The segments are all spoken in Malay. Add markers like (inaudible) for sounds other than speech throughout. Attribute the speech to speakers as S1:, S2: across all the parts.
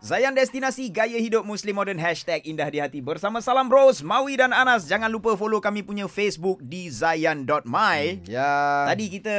S1: Zayan Destinasi Gaya Hidup Muslim Modern Hashtag Indah di Hati Bersama Salam Bros, Mawi dan Anas Jangan lupa follow kami punya Facebook di zayan.my hmm.
S2: Ya.
S1: Tadi kita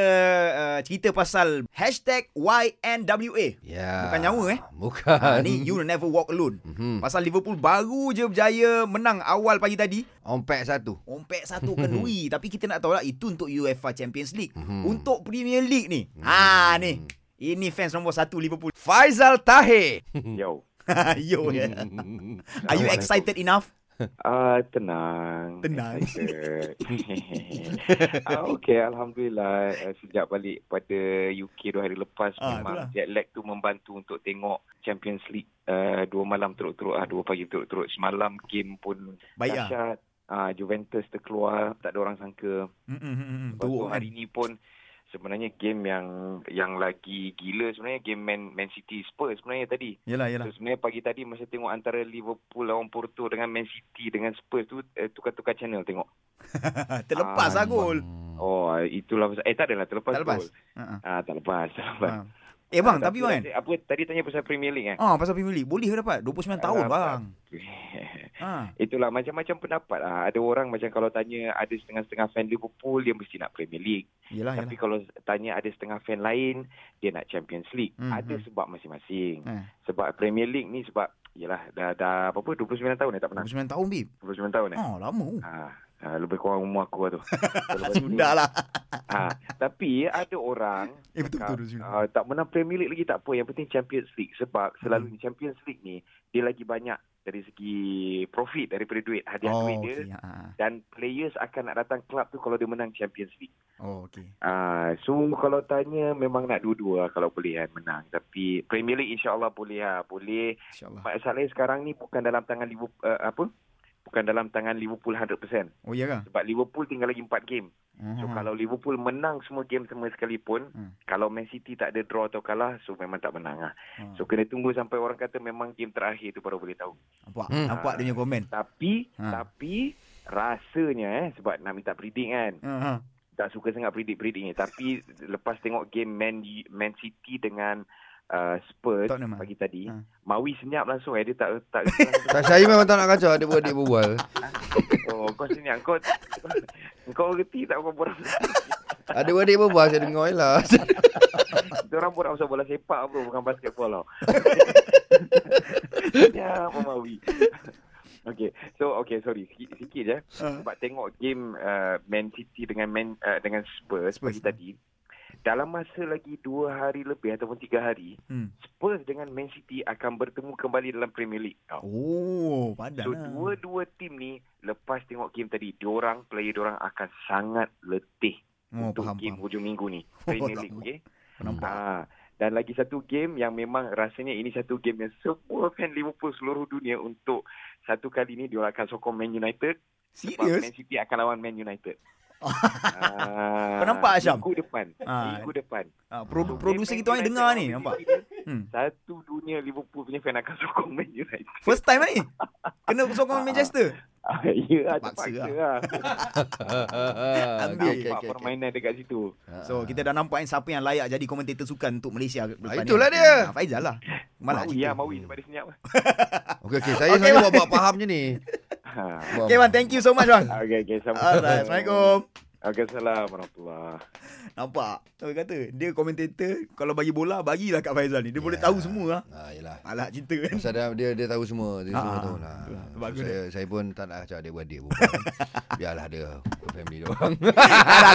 S1: uh, cerita pasal Hashtag YNWA
S2: Ya.
S1: Bukan nyawa eh
S2: Bukan.
S1: Ha, ni You'll Never Walk Alone mm-hmm. Pasal Liverpool baru je berjaya menang awal pagi tadi
S2: Ompek satu.
S1: Ompek satu ke Nui Tapi kita nak tahu lah Itu untuk UEFA Champions League hmm. Untuk Premier League ni hmm. Ha ni Ini fans nombor satu Liverpool (laughs)
S2: Faizal Tahir.
S3: Yo.
S1: Yo
S2: (laughs) Mm-hmm.
S1: yeah. Are you excited enough?
S3: Ah, tenang.
S1: Tenang. (laughs)
S3: Excited. ah, okay, Alhamdulillah. Ah, sejak balik pada UK dua hari lepas,
S1: Ah, itulah.
S3: memang jet lag tu membantu untuk tengok Champions League ah, dua malam turut-turut, ah, dua pagi turut-turut. Semalam game pun
S1: Baik lah
S3: dahsyat. Ah, Juventus terkeluar, tak ada orang sangka.
S1: Mm, mm, mm, mm.
S3: Lepas tu
S1: Teruk kan
S3: hari ni pun sebenarnya game yang yang lagi gila sebenarnya game Man, Man City Spurs sebenarnya tadi.
S1: Yelah yelah
S3: So, sebenarnya pagi tadi masa tengok antara Liverpool lawan Porto dengan Man City dengan Spurs tu eh, tukar-tukar channel tengok.
S1: Terlepas lah
S3: (laughs) Ah,
S1: gol
S3: Oh ah, itulah pasal- eh tak adalah terlepas.
S1: Tak lepas
S3: gol.
S1: Ha,
S3: Ah tak lepas, tak
S1: ha.
S3: lepas.
S1: Ha. Eh bang
S3: Ah,
S1: tapi bang
S3: tadi- Apa tadi tanya pasal Premier League kan?
S1: Ah pasal Premier League boleh ke dapat 29 tahun
S3: Alah,
S1: bang. Ha.
S3: (laughs) Itulah macam-macam pendapat lah. Ada orang macam kalau tanya ada setengah-setengah fan Liverpool dia mesti nak Premier League.
S1: Yelah
S3: Tapi
S1: yelah.
S3: kalau tanya ada setengah fan lain dia nak Champions League.
S1: Hmm, hmm.
S3: Ada sebab masing-masing.
S1: Eh,
S3: Sebab Premier League ni sebab yalah dah dah apa apa 29 tahun dah tak pernah.
S1: 29 tahun bib.
S3: 29 tahun dah.
S1: Oh lama.
S3: Ha, ha, lebih kurang umur aku lah tu. So, lepas
S1: (laughs)
S3: tu-
S1: Sudahlah.
S3: Ha, tapi ada orang
S1: Eh betul
S3: cakap,
S1: betul. betul.
S3: uh, tak menang Premier League lagi tak apa. Yang penting Champions League. Sebab selalunya
S1: Hmm.
S3: Champions League ni, dia lagi banyak dari segi profit daripada duit. Hadiah
S1: Oh
S3: duit dia.
S1: okey. Ha, ha.
S3: Dan players akan nak datang club tu kalau dia menang Champions League.
S1: Oh okey.
S3: Uh, so kalau tanya memang nak dua-dua lah kalau boleh kan menang. Tapi Premier League insyaAllah boleh lah. Boleh.
S1: Insyaallah.
S3: Masalahnya sekarang ni bukan dalam tangan Liverpool, uh, apa? Bukan dalam tangan Liverpool 100%.
S1: Oh ya ke?
S3: Sebab Liverpool tinggal lagi 4 game. So
S1: Mhm.
S3: kalau Liverpool menang semua game semua sekalipun,
S1: Hmm.
S3: hmm. kalau Man City tak ada draw atau kalah, so memang tak menang lah.
S1: Ha.
S3: So kena tunggu sampai orang kata memang game terakhir tu baru boleh tahu.
S1: Nampak
S2: Hmm.
S1: nampak dia punya komen.
S3: Tapi
S1: Ha.
S3: tapi rasanya eh sebab nak minta predict kan.
S1: Ha, ha.
S3: Tak suka sangat predict-predict ni tapi lepas tengok game Man Man City dengan uh, Spurs
S1: Tottenham, ah?
S3: pagi tadi,
S1: Ha.
S3: Mawi senyap langsung eh dia tak tak
S2: Tak saya memang tak nak kacau ada buat dia berbual.
S3: oh, kau senyap kau kau reti tak kau borang
S2: Ada buat dia berbual saya dengar je lah.
S3: Kita orang pun nak pasal bola sepak bro Bukan basketball
S1: (laughs)
S3: tau Ya Mamawi Okay So okay sorry Sikit, sikit je
S1: Ah.
S3: Sebab tengok game uh, Man City dengan Man, uh, dengan
S1: Spurs,
S3: Spurs, Spurs pagi
S1: ah.
S3: tadi Dalam masa lagi dua hari lebih Ataupun tiga hari
S1: Hmm.
S3: Spurs dengan Man City akan bertemu kembali dalam Premier League tau.
S1: Oh, padan
S3: So
S1: lah.
S3: dua-dua tim ni Lepas tengok game tadi Diorang, player diorang akan sangat letih
S1: Oh,
S3: Untuk
S1: faham,
S3: game
S1: faham.
S3: hujung minggu ni
S1: (laughs) Oh,
S3: Premier
S1: lama.
S3: League okay
S2: (laughs)
S1: Nampak.
S3: Ah, dan lagi satu game yang memang rasanya ini satu game yang semua fan Liverpool seluruh dunia untuk satu kali ni diorang akan sokong Man United. sebab
S1: Serius?
S3: Man City akan lawan Man
S1: (laughs)
S3: United. ah,
S1: Kau nampak, Syam?
S3: Minggu depan.
S1: Ah.
S3: Minggu depan.
S1: Ah, produ-
S3: So,
S1: producer
S3: game
S1: kita
S3: Man
S1: orang
S3: United
S1: dengar ni,
S3: lawan Man
S1: nampak.
S3: City,
S1: Hmm.
S3: Satu dunia Liverpool punya fan akan (laughs) sokong Man United.
S1: First time lah ni. Kena sokong
S3: (laughs) Ah.
S1: Manchester.
S3: Ah, ya,
S1: Terpaksa
S3: terpaksa
S1: (laughs)
S3: lah.
S1: Ambil.
S3: Ambil
S2: Okey, okey, okey.
S3: permainan dekat situ.
S1: So kita dah nampak kan siapa yang layak jadi komentator sukan untuk Malaysia lepas
S2: Ah, itulah
S1: Ah,
S2: dia.
S1: Faizal lah. Malah
S3: Mawi, ya,
S1: cerita.
S3: Mawi sebab dia senyap. (laughs)
S2: Okey okey saya
S1: Ah. Okey,
S2: okay,
S1: bang.
S2: buat buat faham je ni.
S1: (laughs)
S3: Ah.
S2: Buat-
S1: Okay bang, thank you so much
S2: (laughs)
S1: bang.
S3: Okay, okay. Sama.
S1: Alright, Assalamualaikum.
S3: Okay, salam. Warahmatullahi
S1: Nampak? Tahu kata, dia komentator kalau bagi bola, bagilah kat Faizal ni. Dia boleh tahu semua lah.
S2: Ha yalah.
S1: Alah cerita kan.
S2: Pasal dia, dia dia tahu semua, dia
S1: Ah,
S2: semua
S1: ah,
S2: tahu lah.
S1: betul lah.
S2: So,
S1: Bagus (laughs)
S2: saya saya pun tak nak kacau dia buat dia berbual. Biarlah dia family dia orang.
S1: Alah,